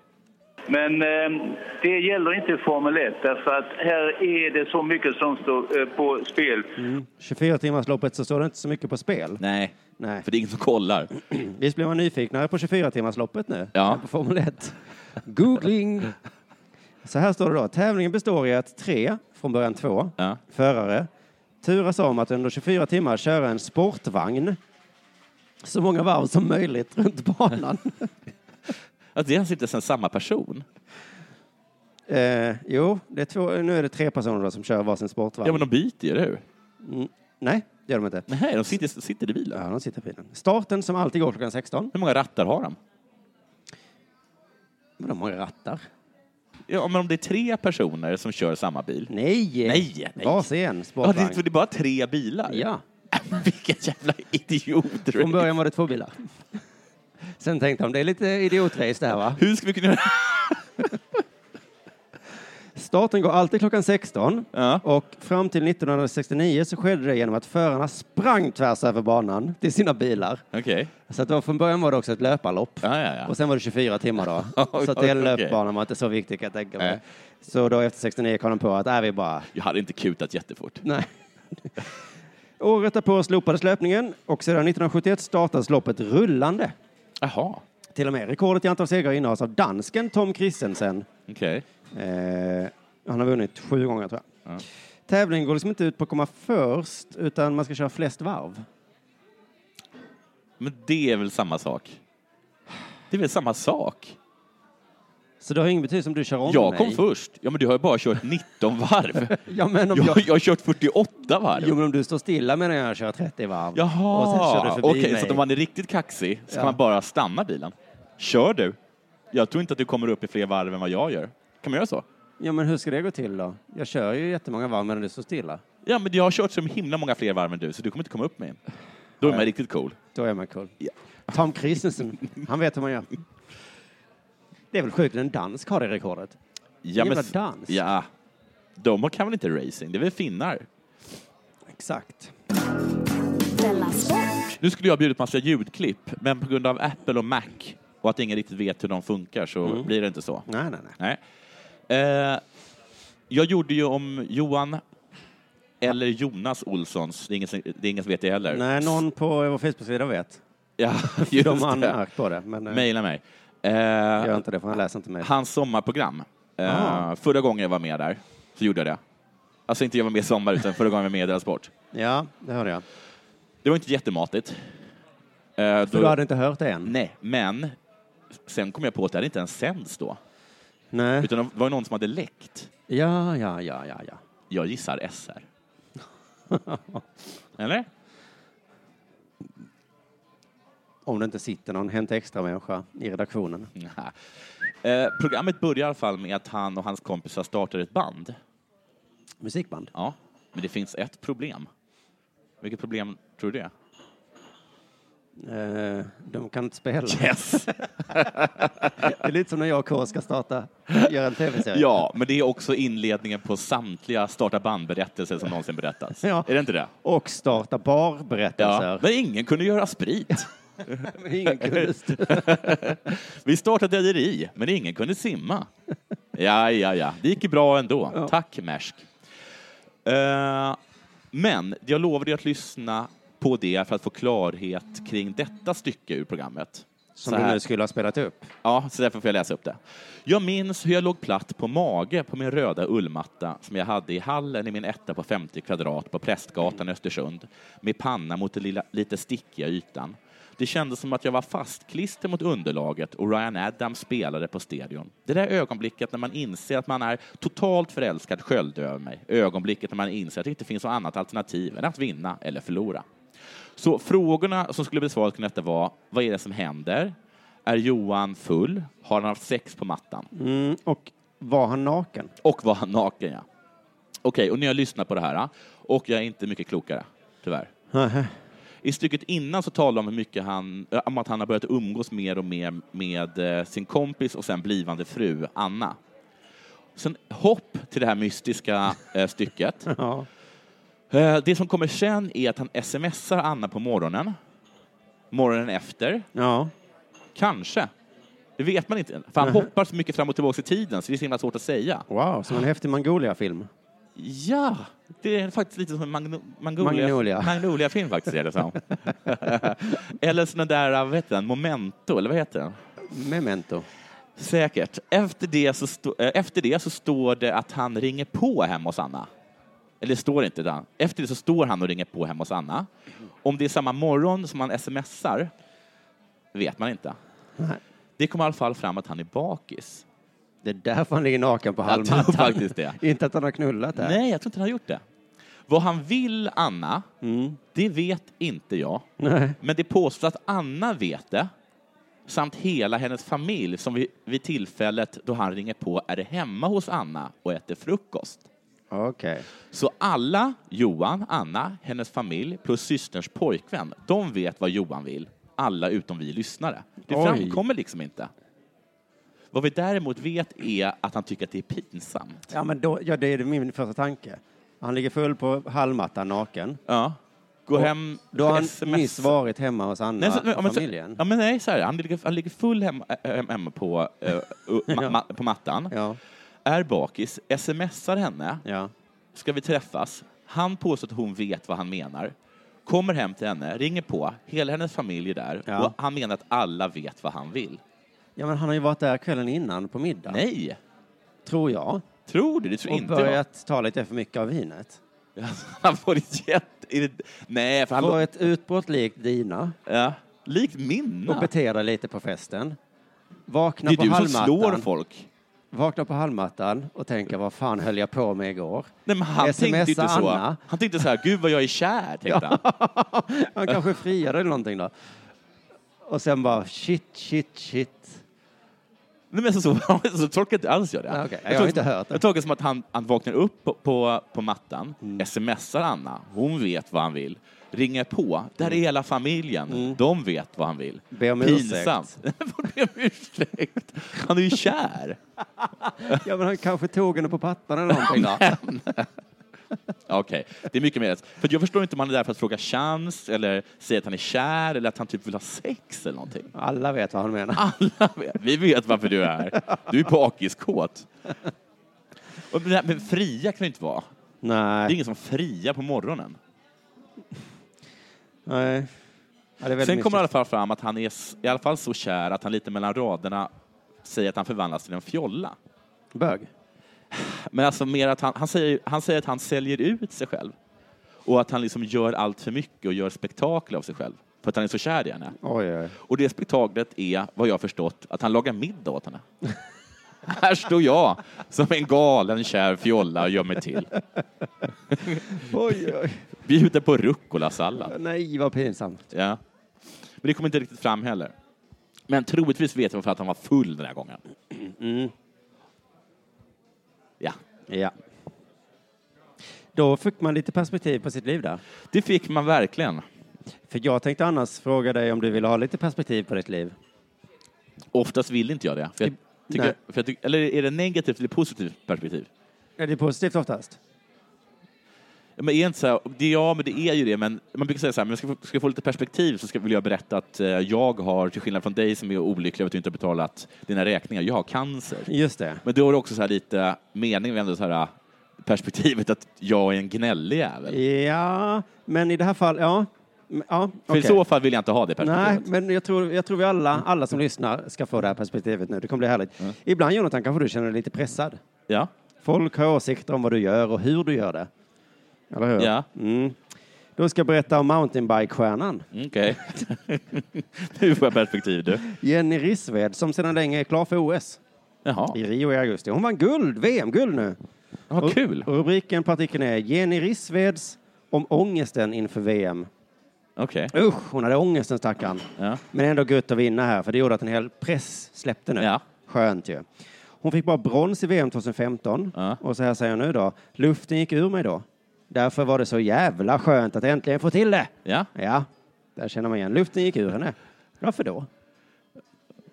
E: Men eh, det gäller inte i Formel 1, därför att här är det så mycket som står eh, på spel.
D: 24 timmars loppet så står det inte så mycket på spel.
C: Nej,
D: Nej.
C: för det är ingen som kollar.
D: Visst blir man nyfiknare på 24 timmars loppet nu?
C: Ja.
D: Här På Formel 1. Googling! Så här står det då. Tävlingen består i att tre, från början två,
C: Ja.
D: förare turas om att under 24 timmar köra en sportvagn så många varv som möjligt runt banan.
C: Alltså, det är alltså inte ens samma person.
D: Eh, jo, det är två, nu är det tre personer då som kör varsin sportvagn.
C: Ja, men de byter ju, eller hur?
D: Nej, det gör de inte.
C: Nej, de sitter, sitter i bilen.
D: Ja, de sitter i bilen. Starten som alltid går klockan 16.
C: Hur många rattar har de?
D: Men de har ju rattar.
C: ja, men om det är tre personer som kör samma bil?
D: Nej!
C: Nej, nej.
D: Var sen,
C: Ja, det,
D: sportvagn.
C: är, för det är bara tre bilar?
D: Ja.
C: Vilken jävla idiot du
D: Från
C: är.
D: början var det två bilar. Sen tänkte de, det är lite idiotrace det här va?
C: Hur ska vi kunna göra?
D: Starten går alltid klockan 16
C: Ja.
D: och fram till 1969 så skedde det genom att förarna sprang tvärs över banan till sina bilar.
C: Okej.
D: Så att det var, från början var det också ett löparlopp.
C: Ja, ja, ja.
D: Och sen var det 24 timmar då. så att
C: Okej.
D: hela löpbanan var inte så viktig kan jag tänka mig.
C: Nej.
D: Så då efter 69 kom de på att, är vi bara,
C: Jag hade inte kutat jättefort.
D: nej. Året därpå slopades löpningen och sedan 1971 startades loppet rullande.
C: Jaha.
D: Till och med rekordet i antal segrar innehas av dansken Tom Christensen.
C: Okej.
D: Eh, han har vunnit sju gånger tror jag. Tävlingen går liksom inte ut på att komma först utan man ska köra flest varv.
C: Men det är väl samma sak? Det är väl samma sak?
D: Så det har ingen betydelse om du kör om
C: jag
D: mig.
C: kom först. Ja, men du har ju bara kört 19 varv.
D: Ja, men om
C: Jag,
D: jag...
C: jag har kört 48 varv.
D: Jo, men om du står stilla medan jag kör 30 varv.
C: Jaha,
D: Och sen kör du förbi
C: okej,
D: mig.
C: så att om man är riktigt kaxig så
D: Ja.
C: kan man bara stanna bilen. Kör du! Jag tror inte att du kommer upp i fler varv än vad jag gör. Kan man göra så?
D: Ja, men hur ska det gå till då? Jag kör ju jättemånga varv medan du står stilla.
C: Ja, men jag har kört så himla många fler varv än du, så du kommer inte komma upp med en. Då är man riktigt cool.
D: Då är man cool. Tom Christensen, han vet hur man gör. Det är väl sjukt, en dansk har det rekordet.
C: Ja,
D: Jävla
C: s-
D: dans.
C: Ja. De kan väl inte racing? Det är väl finnar?
D: Exakt.
B: Della Sport.
C: Nu skulle jag bjudit massa ljudklipp, men på grund av Apple och Mac och att ingen riktigt vet hur de funkar så blir det inte så.
D: Mm. Nej, nej, nej.
C: Nej. Eh, jag gjorde ju om Johan eller Jonas Olssons, det är ingen som, det är ingen som vet det heller.
D: Nej, någon på vår Facebook-sida vet.
C: Ja, just
D: De har
C: det.
D: anmärkt på det, men eh,
C: Mejla mig.
D: gör
C: Eh,
D: inte det för han läser inte mig.
C: hans sommarprogram. Eh,
D: Ah.
C: förra gången jag var med där så gjorde jag det. Alltså inte jag var med i sommar, utan förra gången jag var med i Della Sport.
D: Ja, det hörde jag.
C: Det var inte jättematigt. Eh,
D: För
C: då-
D: du hade inte hört det än?
C: Nej, men sen kom jag på att det hade inte ens sänds då.
D: Nej.
C: Utan det var ju någon som hade läckt.
D: Ja, ja, ja, ja, ja.
C: Jag gissar SR. Eller?
D: Om det inte sitter någon Hänt Extra-människa i redaktionen.
C: Nja. Eh, programmet börjar i alla fall med att han och hans kompisar startar ett band.
D: Musikband?
C: Ja, men det finns ett problem. Vilket problem tror du det är?
D: Eh, de kan inte spela.
C: Yes.
D: Det är lite som när jag och K ska starta, göra en tv-serie.
C: Ja, men det är också inledningen på samtliga starta band-berättelser som någonsin berättats.
D: Ja.
C: Är det inte det?
D: Och starta barberättelser.
C: Ja. Men ingen kunde göra sprit.
D: Men ingen kunde st-
C: Vi startade dejeri, men ingen kunde simma. Ja, ja, ja. Det gick ju bra ändå. Tack, Mersk. Eh, men jag lovade ju att lyssna på det för att få klarhet kring detta stycke ur programmet.
D: Som
C: Så
D: du
C: här.
D: nu skulle ha spelat upp.
C: Ja, så därför får jag läsa upp det. Jag minns hur jag låg platt på mage på min röda ullmatta som jag hade i hallen i min etta på 50 kvadrat på Prästgatan i Östersund med panna mot den lilla, lite stickiga ytan. Det kändes som att jag var fastklister mot underlaget och Ryan Adams spelade på stereon. Det där ögonblicket när man inser att man är totalt förälskad sköljde över mig. Ögonblicket när man inser att det inte finns något annat alternativ än att vinna eller förlora. Så frågorna som skulle besvaras kring detta var, vad är det som händer? Är Johan full? Har han haft sex på mattan?
D: Mm, och var han naken?
C: Och var han naken, ja. Okej, och nu har jag lyssnat på det här och jag är inte mycket klokare, tyvärr. I stycket innan så talar de om, hur mycket han, äh, om att han har börjat umgås mer och mer med eh, sin kompis och sen blivande fru, Anna. Sen hopp till det här mystiska eh, stycket.
D: Ja.
C: Eh, Det som kommer sen är att han smsar Anna på morgonen, morgonen efter,
D: Ja.
C: Kanske. Det vet man inte. För han hoppar så mycket fram och tillbaka i tiden så det är så himla svårt att säga.
D: Wow, som en häftig Mongolia-film.
C: Ja, det är faktiskt lite som en Magno- Magnolia-
D: Magnolia.
C: Magnolia-film faktiskt är det som. eller sån där, vad heter den, Momento, eller vad heter den?
D: Memento.
C: Säkert. Efter det, så stå, eh, efter det så står det att han ringer på hemma hos Anna. Eller det står inte det. Efter det så står han och ringer på hemma hos Anna. Om det är samma morgon som han smsar vet man inte. Det kommer i alla fall fram att han är bakis.
D: Det är därför han ligger naken på
C: Jag
D: halmhattan.
C: tror faktiskt det.
D: Inte att han har knullat där.
C: Nej, jag tror inte han har gjort det. Vad han vill, Anna, det vet inte jag.
D: Nej.
C: Men det påstås att Anna vet det. samt hela hennes familj som vid, vid tillfället då han ringer på är hemma hos Anna och äter frukost.
D: Okej.
C: Så alla, Johan, Anna, hennes familj plus systerns pojkvän, de vet vad Johan vill. Alla utom vi lyssnare. Det
D: Oj.
C: framkommer liksom inte. Vad vi däremot vet är att han tycker att det är pinsamt.
D: Ja, men då, ja, det är min första tanke. Han ligger full på hallmattan naken.
C: Ja. Gå hem,
D: Då har han
C: SMS.
D: nyss varit hemma hos Anna
C: Nej, så, ja,
D: och
C: men, så,
D: familjen.
C: ja, men nej, så här, han, ligger, han ligger full hemma hem, hemma på, eh, u- ma, ma, på mattan,
D: Ja.
C: är bakis, smsar henne,
D: ja.
C: ska vi träffas? Han påstår att hon vet vad han menar, kommer hem till henne, ringer på, hela hennes familj är där
D: Ja.
C: och han menar att alla vet vad han vill.
D: Ja, men han har ju varit där kvällen innan på middag.
C: Nej!
D: Tror jag.
C: Tror du? Det tror
D: Och
C: inte
D: börjat ta lite för mycket av vinet.
C: jag. Han får ett jätte... Är det, nej, för han...
D: Få ett utbrott likt dina
C: ja, likt
D: och
C: minna.
D: bete dig lite på festen.
C: Det
D: Vakna
C: är
D: på
C: du som
D: hallmattan.
C: slår folk.
D: Vakna på hallmattan och tänka vad fan höll jag på med igår?
C: Nej, men han
D: SMSa
C: tänkte inte så.
D: Anna.
C: Han tänkte så här, gud vad jag är kär, tänkte han.
D: Han kanske friade eller någonting då. Och sen bara shit, shit, shit.
C: Nej, men så, så, så tolkar inte alls jag det.
D: Nej, okej.
C: tolkar
D: Jag har
C: det
D: inte
C: som-
D: hört det.
C: Jag tolkar det som att han, han vaknar upp på, på, på mattan,
D: Mm.
C: smsar Anna, hon vet vad han vill, ringer på, där är hela familjen, de vet vad han vill.
D: Mm. Be om ursäkt.
C: Pinsamt. Ursäkt. Be om ursäkt. Han är ju kär.
D: Ja, men han kanske tog henne på pattan eller någonting då.
C: Okej, det är mycket mer. För jag förstår inte om han är där för att fråga chans eller säga att han är kär eller att han typ vill ha sex eller någonting.
D: Alla vet vad han menar.
C: Alla vet. Vi vet varför du är här. Du är bakiskåt. Och det här, men fria kan du inte vara. Det är
D: Nej.
C: ingen som friar på morgonen.
D: Nej. Ja, det är väldigt
C: Sen kommer
D: mystiskt.
C: i alla fall fram att han är s- i alla fall så kär att han lite mellan raderna säger att han förvandlas till en fjolla.
D: Bög.
C: Men alltså mer att han, han, säger, han säger att han säljer ut sig själv. Och att han liksom gör allt för mycket och gör spektakel av sig själv. För att han är så kär i henne.
D: Oj, oj.
C: Och det spektaklet är, vad jag har förstått, att han lagar middag åt henne. Här står jag som en galen kär fjolla och gör mig till.
D: Oj, oj.
C: Bjuder på rucola-sallad.
D: Nej, vad pinsamt.
C: Ja. Men det kom inte riktigt fram heller. Men troligtvis vet man för att han var full den här gången. Ja.
D: Ja. Då fick man lite perspektiv på sitt liv där.
C: Det fick man verkligen.
D: För jag tänkte annars fråga dig om du ville ha lite perspektiv på ditt liv.
C: Oftast vill inte jag det. För jag tycker,
D: Nej.
C: för jag tycker, eller är det negativt eller positivt perspektiv?
D: Är det positivt oftast?
C: Ja, Men är inte så här, det är ja, men det är ju det. Men man brukar säga så här, men ska, jag få- ska jag få lite perspektiv så ska, vill jag berätta att eh, jag har, till skillnad från dig som är olycklig över att du inte har betalat dina räkningar, jag har cancer.
D: Just det.
C: Men då är det också så här lite mening med ändå så här, perspektivet att jag är en gnällig jävel.
D: Ja, men i det här fallet, ja. M- ja
C: För
D: okej.
C: i så fall vill jag inte ha det
D: Nej,
C: perspektivet.
D: men jag tror, jag tror vi alla, alla som lyssnar ska få det här perspektivet nu. Det kommer bli härligt. Ibland, Jonathan, kanske du känner dig lite pressad.
C: Ja.
D: Folk har åsikter om vad du gör och hur du gör det. Eller hur?
C: Ja.
D: Mm. Då ska jag berätta om mountainbike-stjärnan
C: Mm, Okej. nu får jag perspektiv du.
D: Jenny Rissved som sedan länge är klar för OS
C: Jaha,
D: i Rio i augusti. Hon vann guld, VM-guld nu.
C: vad kul.
D: Och rubriken på artikeln är Jenny Rissveds om ångesten inför VM.
C: Okej.
D: Usch, hon hade ångesten stackarn.
C: Ja.
D: Men ändå gött att vinna här, för det gjorde att en hel press släppte nu.
C: Ja.
D: Skönt ju. Hon fick bara brons i VM 2015.
C: Ja.
D: Och så här säger hon nu då. Luften gick ur mig då. Därför var det så jävla skönt att äntligen få till det.
C: Ja.
D: Ja, där känner man igen. Luften gick ur henne. Varför då?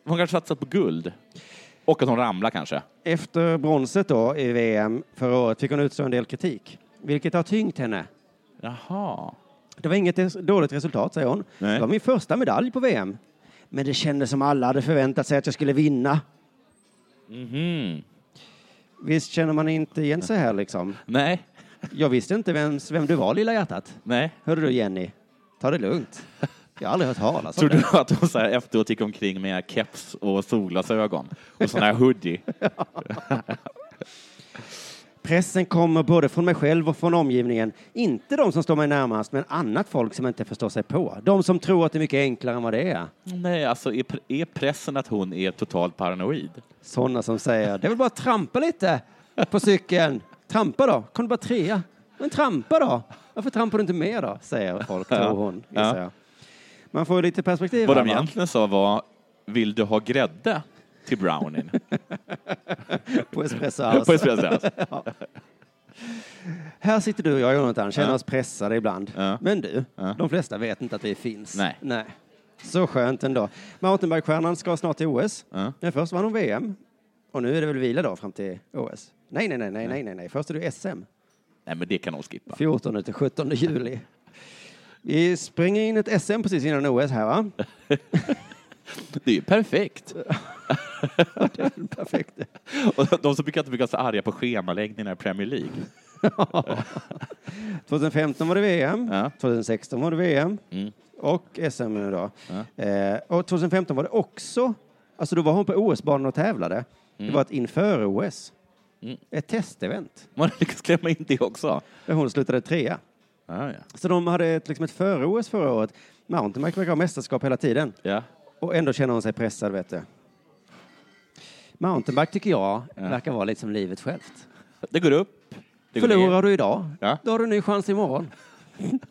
C: Hon kanske satsat på guld. Och att hon ramlar kanske.
D: Efter bronset då i VM förra året fick hon utstå en del kritik, vilket har tyngt henne.
C: Jaha.
D: Det var inget res- dåligt resultat, säger hon.
C: Nej.
D: Det var min första medalj på VM. Men det kändes som alla hade förväntat sig att jag skulle vinna.
C: Mhm.
D: Visst känner man inte igen sig här liksom?
C: Nej.
D: Jag visste inte vems, vem du var, lilla hjärtat.
C: Nej.
D: Hörru du Jenny, ta det lugnt. Jag har aldrig hört talas
C: Tror
D: om det.
C: du att hon så här efteråt gick omkring med keps och solglasögon och sån här hoodie?
D: Pressen kommer både från mig själv och från omgivningen. Inte de som står mig närmast, men annat folk som inte förstår sig på. De som tror att det är mycket enklare än vad det är.
C: Nej, alltså är, pre- är pressen att hon är totalt paranoid?
D: Sådana som säger, det är väl bara att trampa lite på cykeln. Trampa då, kom du bara trea. Men trampa då, varför trampar du inte mer då? Säger folk, tror hon, gissar
C: Ja.
D: jag. Man får ju lite perspektiv.
C: Vad
D: här,
C: de
D: va?
C: egentligen sa var vill du ha grädde till brownien?
D: På Espresso
C: På
D: House.
C: Espresso House.
D: Här sitter du och jag, Jonathan, känner oss pressade ibland.
C: Ja.
D: Men du,
C: Ja.
D: de flesta vet inte att vi finns.
C: Nej.
D: Så skönt ändå. Mountainbikestjärnan ska snart till OS.
C: Ja.
D: Men först vann hon VM. Och nu är det väl vila då fram till OS? Nej, nej, nej, nej, nej, nej, nej. Först är det SM.
C: Nej, men det kan hon skippa.
D: 14 till 17 juli. Vi springer in ett SM precis innan OS här, va?
C: Det är ju perfekt.
D: Perfekt.
C: Och de som brukar inte brukar vara så arga på schemaläggningar i Premier League.
D: 2015 var det VM,
C: Ja.
D: 2016 var det VM och SM nu då. Eh, och 2015 var det också, alltså då var hon på OS-banan och tävlade. Det var ett inför OS, ett testevent,
C: Man har lyckats klämma in det också.
D: där hon slutade trea.
C: Ah, Ja, ja.
D: Så de hade ett, liksom ett före-OS förra året. Mountainbike verkar ha mästerskap hela tiden
C: ja.
D: och ändå känner hon sig pressad, vet du. Mountainbike tycker jag verkar vara lite som livet självt.
C: Det går upp. Det går
D: Förlorar
C: ner.
D: du idag,
C: Ja.
D: då har du en ny chans imorgon.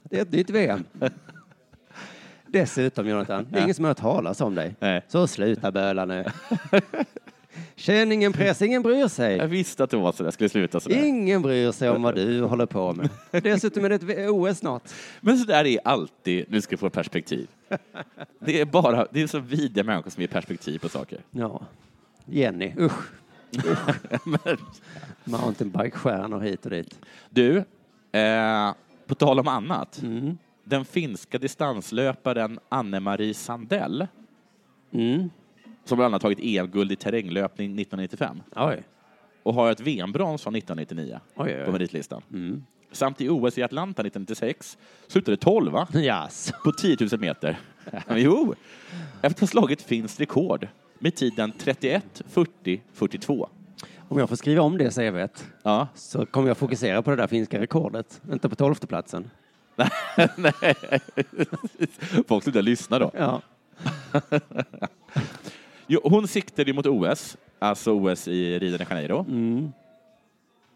D: Det är ett nytt VM. Dessutom, Jonathan, det är
C: Ja.
D: ingen som har hört talas om dig.
C: Nej.
D: Så sluta böla nu. Känn ingen press, ingen bryr
C: Jag
D: sig.
C: visste att det var så där. skulle sluta så där.
D: Ingen bryr sig om vad du håller på med. Dessutom är det ett V- OS snart.
C: Men så där är alltid, nu ska du få perspektiv. Det är bara, det är så vidriga människor som ger perspektiv på saker.
D: Ja. Jenny, usch.
C: Men,
D: Mountainbike-stjärnor hit och dit.
C: du, eh, på tal om annat.
D: Mm.
C: Den finska distanslöparen Anne-Marie Sandell,
D: Mm.
C: som bland annat tagit EM-guld i terränglöpning 1995
D: Oj.
C: och har ett VM-brons från 1999
D: Oj, Mm. oj, oj.
C: på meritlistan. Samt i OS i Atlanta 1996 slutade 12 va?
D: Jaså.
C: på 10 000 meter. jo! Efter att ha slagit finns rekord med tiden 31, 40, 42.
D: Om jag får skriva om det CVet
C: Ja,
D: så kommer jag fokusera på det där finska rekordet. Inte på tolfteplatsen.
C: folk slutar lyssna då.
D: Ja.
C: Jo, hon siktade ju mot OS, alltså OS i Rio de Janeiro.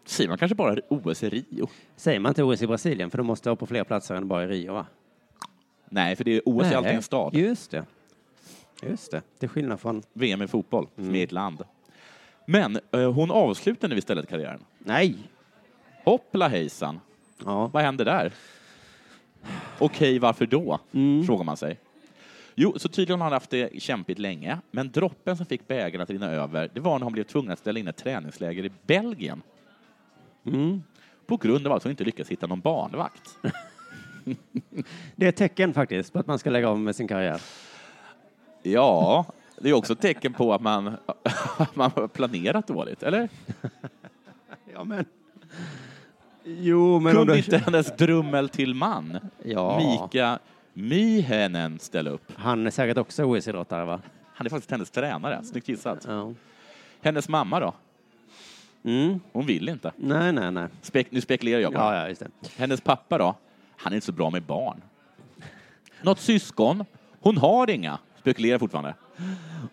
C: Säger man kanske bara OS i Rio?
D: Säger man inte OS i Brasilien, för de måste vara på fler platser än bara i Rio, va?
C: Nej, för det är OS i alltid en stad.
D: Just det. Just det. Till skillnad från...
C: VM i fotboll, som är ett land. Men eh, hon avslutade nu istället karriären.
D: Nej!
C: Hoppla hejsan,
D: Ja.
C: Vad händer där? Okej, varför då?
D: Mm.
C: Frågar man sig. Jo, så tydligen har han haft det kämpigt länge, men droppen som fick bägaren att rinna över, det var när han blev tvungen att ställa in ett träningsläger i Belgien.
D: Mm.
C: På grund av att hon inte lyckats hitta någon barnvakt.
D: Det är ett tecken faktiskt på att man ska lägga av med sin karriär.
C: Ja, det är också ett tecken på att man, att man har planerat dåligt, eller?
D: Ja, men... Jo, men
C: Kunde inte hennes drummel till man,
D: Ja.
C: Mika Myhänen, ställa upp?
D: Han är säkert också OS-idrottare, va?
C: Han är faktiskt hennes tränare, snyggt gissat.
D: Ja.
C: Hennes mamma då?
D: Mm.
C: Hon vill inte.
D: Nej, nej, nej.
C: Spek nu spekulerar jag bara.
D: Ja, ja, just det.
C: Hennes pappa då? Han är inte så bra med barn. Något syskon? Hon har inga. Spekulerar fortfarande.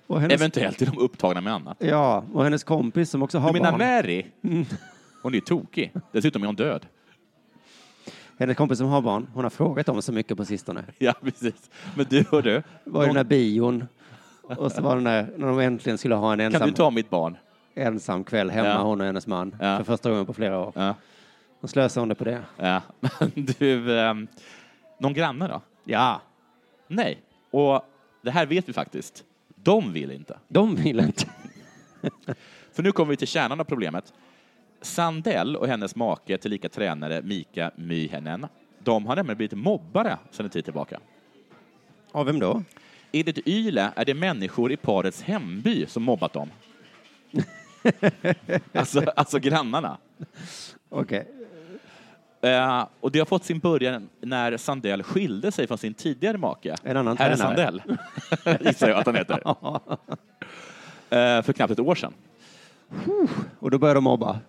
D: Och hennes...
C: Eventuellt är de upptagna med annat.
D: Ja, och hennes kompis som också har
C: Du menar
D: barn. Mm.
C: Mary? Hon är ju tokig. Dessutom är hon död.
D: Hennes kompis som har barn, hon har frågat om så mycket på sistone.
C: Ja, precis. Men du, hör du.
D: var ju den där bion. Och så var den där, när de äntligen skulle ha en
C: Kan
D: ensam,
C: du ta mitt barn?
D: ensam kväll hemma,
C: Ja.
D: hon och hennes man,
C: Ja.
D: för första gången på flera år.
C: Ja.
D: Då slösade hon det på det.
C: ja. Men du, ehm, någon granne då?
D: Ja,
C: Nej. Och det här vet vi faktiskt. De vill inte.
D: de vill inte.
C: För nu kommer vi till kärnan av problemet. Sandell och hennes make, tillika tränare, Mika Myhänen, de har nämligen blivit mobbare sedan en tid tillbaka.
D: Av vem då?
C: Enligt YLE är det människor i parets hemby som mobbat dem. alltså, alltså grannarna.
D: Okej.
C: Eh, och det har fått sin början när Sandell skilde sig från sin tidigare make.
D: En annan
C: Herr
D: tränare.
C: Sandell, gissar jag att han heter. Eh, för knappt ett år sedan.
D: Och då börjar de mobba.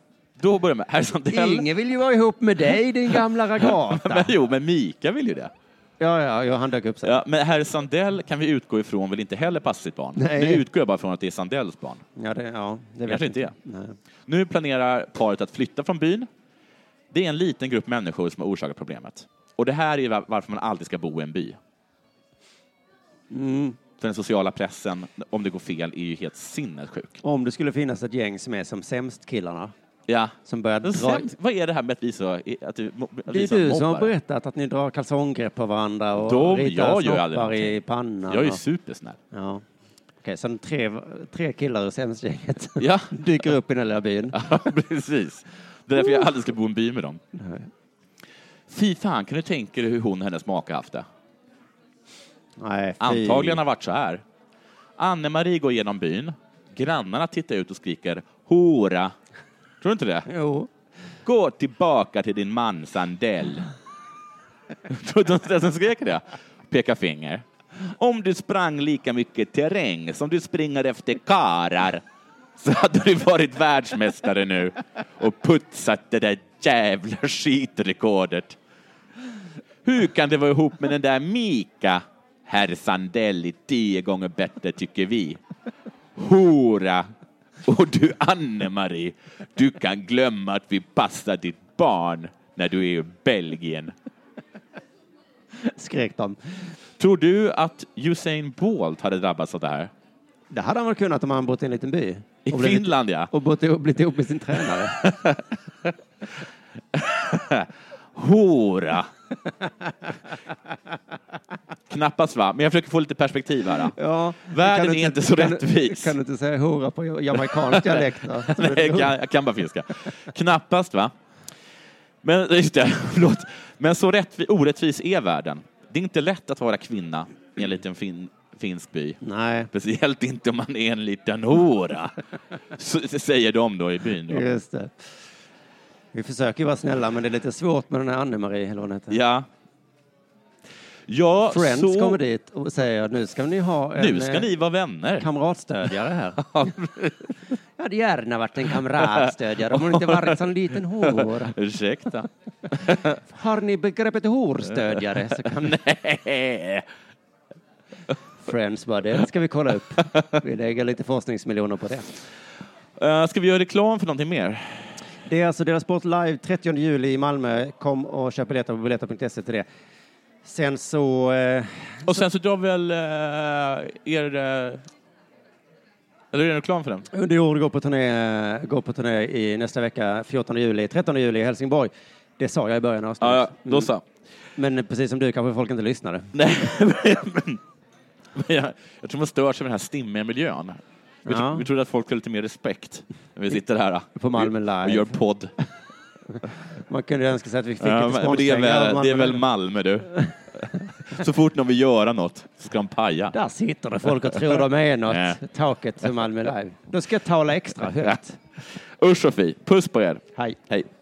C: Då började med herr Sandell.
D: Ingen vill ju vara ihop med dig, din gamla
C: Men,
D: ragata.
C: jo, men Mika vill ju det.
D: ja, ja, ja, han dök upp sen.
C: Ja, men herr Sandell kan vi utgå ifrån vill inte heller passa sitt barn.
D: Nej.
C: Nu utgår jag bara från att det är Sandells barn.
D: Ja, det, ja, det vet
C: Kanske
D: jag
C: inte är.
D: Nej.
C: Nu planerar paret att flytta från byn. Det är en liten grupp människor som har orsakat
D: Mm.
C: problemet. Och det här är var- varför man aldrig ska bo i en by. För den sociala pressen, om det går fel, är ju helt sinnessjuk.
D: Om det skulle finnas ett gäng som är som sämst killarna,
C: Ja.
D: som börjar
C: Men
D: dra...
C: sämst- Vad är det här med att vi så... Att du, att
D: Det
C: vi
D: är
C: så
D: du som har
C: mobbar?
D: berättat att ni drar kalsonggrepp på varandra och
C: De-
D: ritar
C: jag gör aldrig
D: snoppar i
C: någonting.
D: pannan.
C: Jag är ju
D: och-
C: supersnäll.
D: Ja. Okej, så de tre, tre killar ur sämstgänget
C: Ja.
D: dyker upp i den lilla byn.
C: Ja, precis. Det är därför jag aldrig ska bo i en by med dem. Fy fan, kan du tänka dig hur hon och hennes make haft det?
D: Nej, fy.
C: Antagligen har varit så här. Anne-Marie går genom byn. Grannarna tittar ut och skriker hora. Tror du inte det?
D: Jo.
C: Gå tillbaka till din man Sandell. Tror du inte att de skrek det? Peka finger. Om du sprang lika mycket terräng som du springer efter karar så hade du varit världsmästare nu och putsat det där jävla skitrekordet. Hur kan det vara ihop med den där Mika? Herr Sandell är tio gånger bättre, tycker vi. Hora! Och du, Anne-Marie, du kan glömma att vi passar ditt barn när du är i Belgien.
D: Skrek de.
C: Tror du att Usain Bolt hade drabbats av det här?
D: Det hade han väl kunnat om han bott i en liten by.
C: I
D: och blivit-
C: Finland, ja.
D: Och bott ihop, blivit ihop med sin tränare.
C: Hora! Knappast, va? Men jag försöker få lite perspektiv här. Då.
D: Ja,
C: Världen
D: kan du
C: är inte så
D: kan du-
C: rättvis.
D: Kan du inte säga hora på jamaicansk dialekt? då? Så
C: Nej,
D: blir det
C: jag kan, jag kan bara finska. Knappast, va? Men just det, förlåt. Men så rättvi, orättvis är världen. Det är inte lätt att vara kvinna i en liten fin, finsk by.
D: Nej,
C: Speciellt inte om man är en liten hora, så, så säger de då i byn. Då.
D: just det. Vi försöker ju vara snälla, men det är lite svårt med den här Anne-Marie, eller vad hon heter.
C: Ja. Ja,
D: Friends
C: så...
D: kommer dit och säger nu ska ni ha en
C: Nu ska
D: eh,
C: ni vara vänner.
D: kamratstödjare här. jag hade gärna varit en kamratstödjare om hon inte varit en sån liten hora.
C: Ursäkta.
D: Har ni begreppet horstödjare så kan
C: Nej.
D: Friends bara det ska vi kolla upp. Vi lägger lite forskningsmiljoner på det.
C: Eh, Ska vi göra reklam för någonting mer?
D: Det är alltså deras sport live 30 juli i Malmö. Kom och köp biljetter på biljetter.se till det. Sen så... Eh,
C: Och sen så drar väl eh, er... eh, Eller är det reklam för den?
D: Under jord går på turné, går på turné i nästa vecka, 14 juli, 13 juli i Helsingborg. Det sa jag i början av
C: Ja,
D: avsnittet. Mm.
C: ja, då så.
D: Men precis som du kanske folk inte lyssnade.
C: Nej, men- men jag, jag tror man stör sig av den här stimmiga miljön. Vi,
D: Ja.
C: tro, vi trodde att folk skulle ha lite mer respekt när vi sitter här eh,
D: På Malmö
C: och
D: Live.
C: gör podd.
D: Man kunde ju önska sig att vi fick
C: Ja,
D: lite
C: men- men det, är
D: sponspengar av
C: väl, det är
D: Malmö
C: väl
D: Live.
C: Malmö, du. Så fort någon vill göra något så ska de paja.
D: Där sitter det folk och tror de är något.
C: Ja.
D: Taket till Malmö Live. Då ska jag tala extra högt.
C: Usch och fy. Puss på er.
D: Hej.
C: Hej.